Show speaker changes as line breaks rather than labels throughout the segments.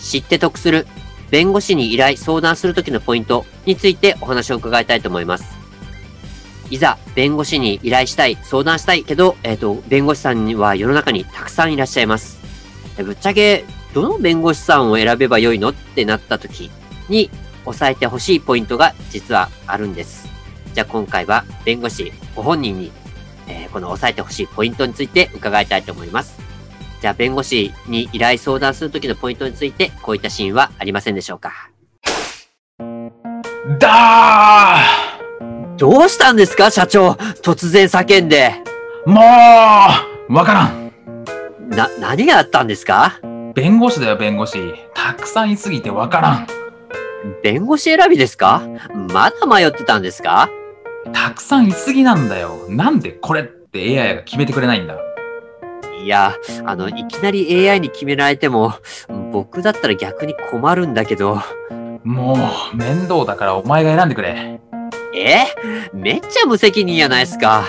知って得する弁護士に依頼相談する時のポイントについてお話を伺いたいと思いますいざ弁護士に依頼したい相談したいけど、えっと弁護士さんには世の中にたくさんいらっしゃいますえぶっちゃけどの弁護士さんを選べばよいのってなった時に押さえてほしいポイントが実はあるんですじゃあ今回は弁護士ご本人に、えーこの押さえてほしいポイントについて伺いたいと思いますじゃあ弁護士に依頼相談する時のポイントについてこういったシーンはありませんでしょうか
だ
どうしたんですか社長突然叫んで
ーもうわからん
な何があったんですか
弁護士だよ弁護士たくさんいすぎてわからん
弁護士選びですかまだ迷ってたんですか
たくさんいすぎなんだよなんでこれって AI が決めてくれないんだ
いや、あの、いきなり AI に決められても、僕だったら逆に困るんだけど。
もう面倒だからお前が選んでくれ
えめっちゃ無責任やないですか。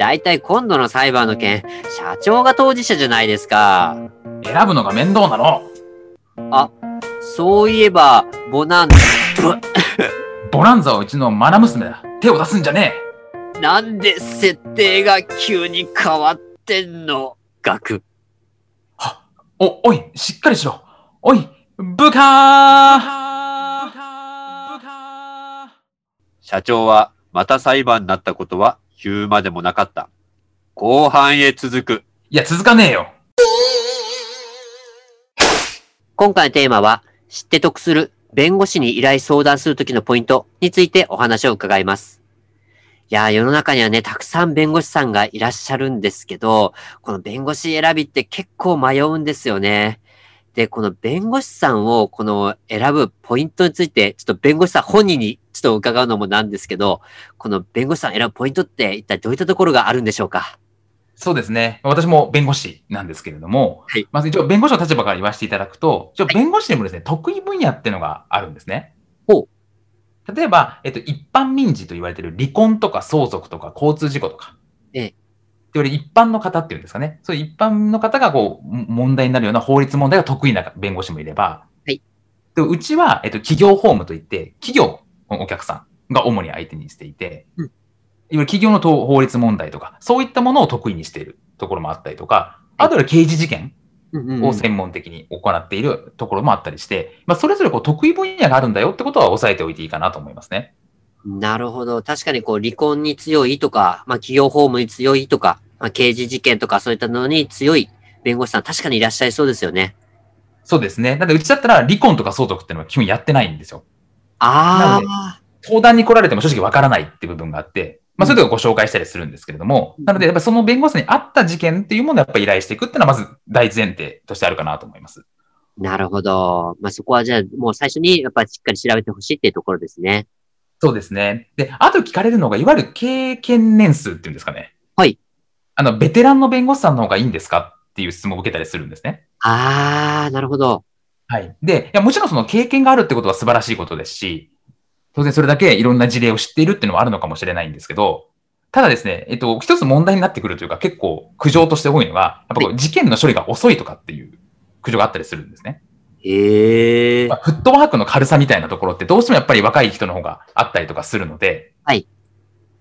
だいたい今度の裁判の件、社長が当事者じゃないですか。
選ぶのが面倒なの
そういえば、ボナン、
ボランザはうちのマナ娘だ手を出すんじゃねえ
なんで設定が急に変わってんの額。
お、おい、しっかりしろ。おい、部下
社長はまた裁判になったことは言うまでもなかった。後半へ続く。
いや、続かねえよ。
今回のテーマは、知って得する弁護士に依頼相談するときのポイントについてお話を伺います。いやー、世の中にはね、たくさん弁護士さんがいらっしゃるんですけど、この弁護士選びって結構迷うんですよね。で、この弁護士さんをこの選ぶポイントについて、ちょっと弁護士さん本人にちょっと伺うのもなんですけど、この弁護士さん選ぶポイントって一体どういったところがあるんでしょうか
そうですね。私も弁護士なんですけれども、
はい
まず一応弁護士の立場から言わせていただくと、一応弁護士でもですね、得意分野っていうのがあるんですね。
ほ
例えば、えっと、一般民事と言われている離婚とか相続とか交通事故とか。
ええ
でより一般の方っていうんですかね。そういう一般の方がこう、も問題になるような法律問題が得意な弁護士もいれば、
はい
でうちは、えっと、企業法務といって、企業のお客さんが主に相手にしていて、
うん
いわゆる企業のと法律問題とか、そういったものを得意にしているところもあったりとか、あとは刑事事件
うんうん
を専門的に行っているところもあったりして、まあ、それぞれこう得意分野があるんだよってことは押さえておいていいかなと思いますね。
なるほど。確かにこう、離婚に強いとか、まあ、企業法務に強いとか、まあ、刑事事件とかそういったのに強い弁護士さん、確かにいらっしゃいそうですよね。
そうですね。なんでうちだったら離婚とか相続っていうのは基本やってないんですよ。
あ
相談に来られても正直わからないって部分があって、まあ、そういうとこをご紹介したりするんですけれども、
うん
なので、やっぱその弁護士に合った事件っていうものをやっぱ依頼していくっていうのは、まず大前提としてあるかなと思います。
あ、なるほど。まあ、そこはじゃあ、もう最初にやっぱりしっかり調べてほしいっていうところですね。
そうですね。で、あと聞かれるのが、いわゆる経験年数っていうんですかね。
はい。
あの、ベテランの弁護士さんの方がいいんですかっていう質問を受けたりするんですね。
ああ、なるほど。
はい。で、いや、もちろんその経験があるってことは素晴らしいことですし、当然それだけいろんな事例を知っているっていうのもあるのかもしれないんですけど、ただですね、えっと、一つ問題になってくるというか、結構苦情として多いのが、やっぱこう事件の処理が遅いとかっていう苦情があったりするんですね。
へえ
ま。あフットワークの軽さみたいなところってどうしてもやっぱり若い人の方があったりとかするので、
はい。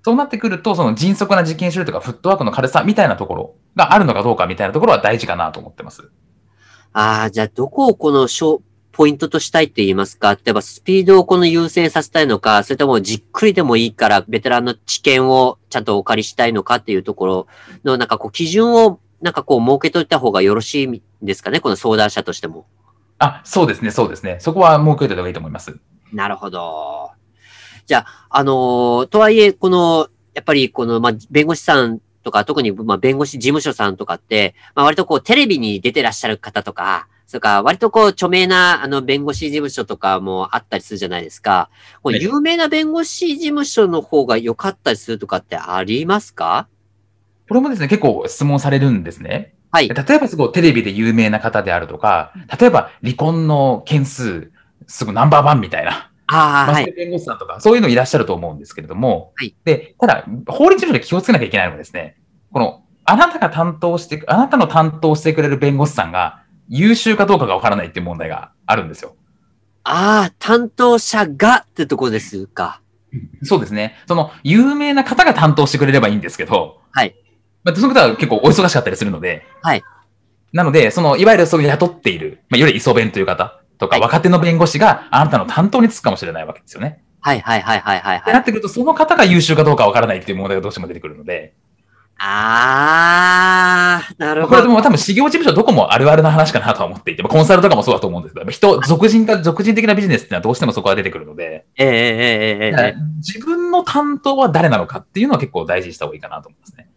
そうなってくると、その迅速な事件処理とかフットワークの軽さみたいなところがあるのかどうかみたいなところは大事かなと思ってます。
ああ、じゃあ、どこをこの小ポイントとしたいって言いますか例えば、スピードをこの優先させたいのか、それともじっくりでもいいから、ベテランの知見をちゃんとお借りしたいのかっていうところの、なんかこう、基準を、なんかこう、設けといた方がよろしいんですかねこの相談者としても。
あ、そうですね、そうですね。そこは設けておいた方がいいと思います。
なるほど。じゃあ、あのーとはいえ、この、やっぱりこの、まあ、弁護士さんとか、特に、まあ、弁護士事務所さんとかって、まあ、割とこう、テレビに出てらっしゃる方とか、そうか、割とこう、著名な、あの、弁護士事務所とかもあったりするじゃないですか。こう
ね
有名な弁護士事務所の方が良かったりするとかってありますか
これもですね、結構質問されるんですね。
はい。
例えばすごいテレビで有名な方であるとか、例えば離婚の件数、すぐナンバーワンみたいな、
ああ、
マ
は
ス
い。
テ弁護士さんとか、そういうのいらっしゃると思うんですけれども、
はい
で、ただ、法律事務所で気をつけなきゃいけないのはですね、この、あなたが担当して、あなたの担当してくれる弁護士さんが優秀かどうかがわからないっていう問題があるんですよ。
ああ、担当者がってとこですか。
そうですね。その、有名な方が担当してくれればいいんですけど、
はい。
まあ、その方は結構お忙しかったりするので、
はい。
なので、その、いわゆるそういう雇っている、まあ、いわゆる磯弁という方とか、
はい
若手の弁護士があなたの担当につくかもしれないわけですよね。
はいはいはいはいはい、
って
はい
な。ってくると、その方が優秀かどうかわからないっていう問題がどうしても出てくるので、
ああ、なる
こ
ほ
れはで
ど。
も多分、事業事務所どこもあるあるな話かなとは思っていて、まあコンサルとかもそうだと思うんですけど、やっぱ人、俗人か、俗人的なビジネスっていうのはどうしてもそこは出てくるので、
ええええええええ。
自分の担当は誰なのかっていうのは結構大事にした方がいいかなと思いますね。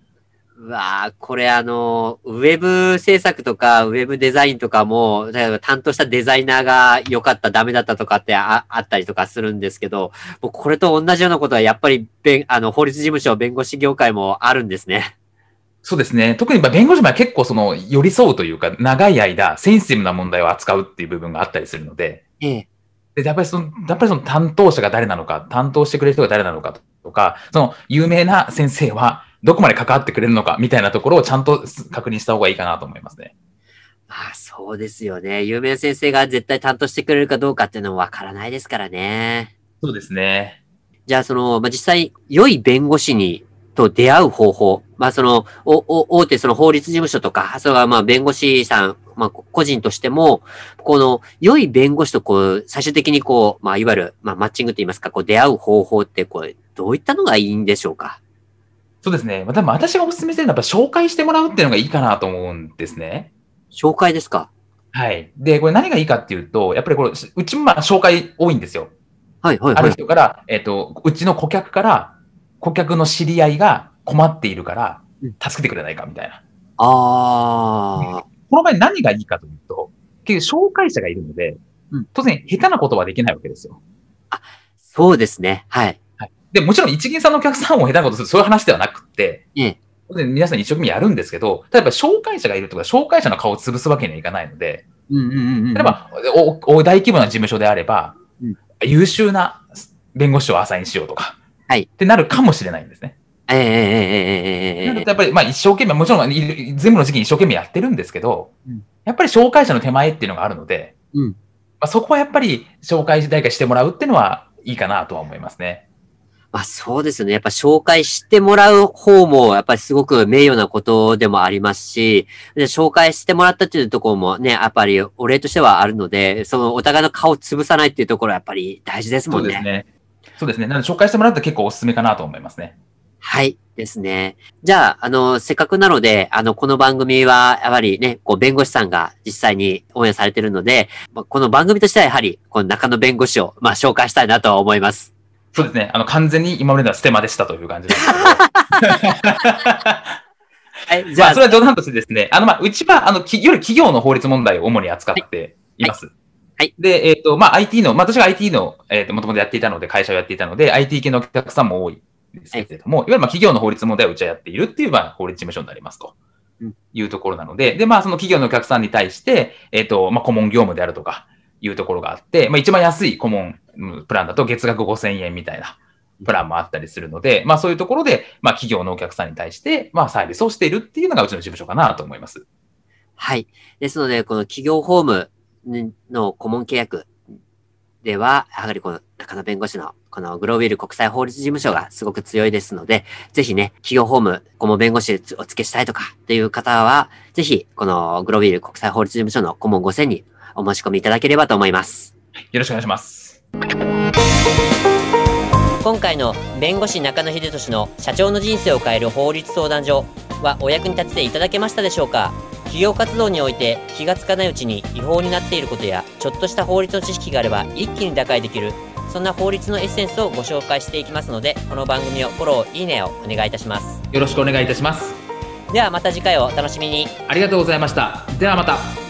うわあ、これあの、ウェブ制作とか、ウェブデザインとかも、例えば担当したデザイナーが良かった、ダメだったとかってああったりとかするんですけど、もうこれと同じようなことは、やっぱり、弁あの、法律事務所、弁護士業界もあるんですね。
そうですね。特にまあ弁護士は結構その寄り添うというか、長い間センシティブな問題を扱うっていう部分があったりするので、
ええ。
でやっぱりその、やっぱりその担当者が誰なのか、担当してくれる人が誰なのかとか、その有名な先生はどこまで関わってくれるのかみたいなところをちゃんと確認した方がいいかなと思いますね。
まあ、そうですよね。有名な先生が絶対担当してくれるかどうかっていうのもわからないですからね。
そうですね。
じゃあ、その、まあ、実際、良い弁護士に、と出会う方法。まあ、その、お、お、大手、その法律事務所とか、それはまあ、弁護士さん、まあ、こ個人としても、この、良い弁護士とこう、最終的にこう、まあ、いわゆる、まあ、マッチングといいますか、こう、出会う方法って、こう、どういったのがいいんでしょうか
そうですね。まあ、多分私がお勧めしてるのはやっぱ紹介してもらうっていうのがいいかなと思うんですね。
紹介ですか
はい。で、これ何がいいかっていうと、やっぱりこれ、うちもまあ紹介多いんですよ。
はい、はい、
あ
は
る
い。
人から、えっ、と、うちの顧客から、顧客の知り合いが困っているから
うん、
助けてくれないかみたいな。
ああ、
この場合何がいいかというと、結局紹介者がいるので
うん、
当然下手なことはできないわけですよ。
そうですね。はい。
で、もちろん一元さんのお客さんを下手なことする、そういう話ではなくって、
え
当然皆さん一生懸命やるんですけど、例えば紹介者がいるとか、紹介者の顔を潰すわけにはいかないので、
うん、うん、うんうん。
例えば、おお大規模な事務所であれば、
うん
優秀な弁護士をアサインしようとか、
はい
ってなるかもしれないんですね。
ええ、ええ、ええ、ええ
な
え
る
え
と。やっぱり、まあ、一生懸命、もちろんい全部の時期に一生懸命やってるんですけど、
うん
やっぱり紹介者の手前っていうのがあるので、
うん
まあ、そこはやっぱり紹介誰かしてもらうっていうのはいいかなとは思いますね。
まあそうですよね。やっぱ紹介してもらう方も、やっぱりすごく名誉なことでもありますし、で紹介してもらったっていうところもね、やっぱりお礼としてはあるので、そのお互いの顔を潰さないっていうところはやっぱり大事ですもんね。
ね。そうですね。なので紹介してもらうって結構おすすめかなと思いますね。
はい。ですね。じゃあ、あの、せっかくなので、あの、この番組は、やはりね、こう、弁護士さんが実際に応援されているので、まあ、この番組としてはやはり、この中野弁護士を、まあ、紹介したいなとは思います。
そうですね。あの、完全に今までのはステマでしたという感じです けど。
はい。じ
じゃ
ゃ
あ、
あ
そ、れは冗談としてですね、あの、まあ、うちは、あの、きより企業の法律問題を主に扱っています。
はい
で、えっ、と、まあ、IT の、まあ、私が IT の、えっ、と、もともとやっていたので、会社をやっていたので、IT 系のお客さんも多いですけれども、い、わゆる、まあ、企業の法律問題をうちはやっているっていう、まあ、法律事務所になりますと
うん。
いうところなので、で、まあ、その企業のお客さんに対して、えっ、と、まあ、顧問業務であるとか、いうところがあって、まあ、一番安い顧問うんプランだと月額5000円みたいなプランもあったりするので、まあそういうところで、まあ企業のお客さんに対して、まあサービスをしているっていうのがうちの事務所かなと思います。
はい。ですので、この企業法務の顧問契約では、やはりこの中野弁護士のこのグロービル国際法律事務所がすごく強いですので、ぜひね、企業法務顧問弁護士をお付けしたいとかっていう方は、ぜひこのグロービル国際法律事務所の顧問5000にお申し込みいただければと思います。
よろしくお願いします。
今回の弁護士中野秀俊の社長の人生を変える法律相談所はお役に立てていただけましたでしょうか企業活動において気がつかないうちに違法になっていることやちょっとした法律の知識があれば一気に打開できるそんな法律のエッセンスをご紹介していきますのでこの番組をフォローいいねをお願いいたします
よろしくお願いいたします。
ではまた次回をお楽しみに
ありがとうございました。ではまた。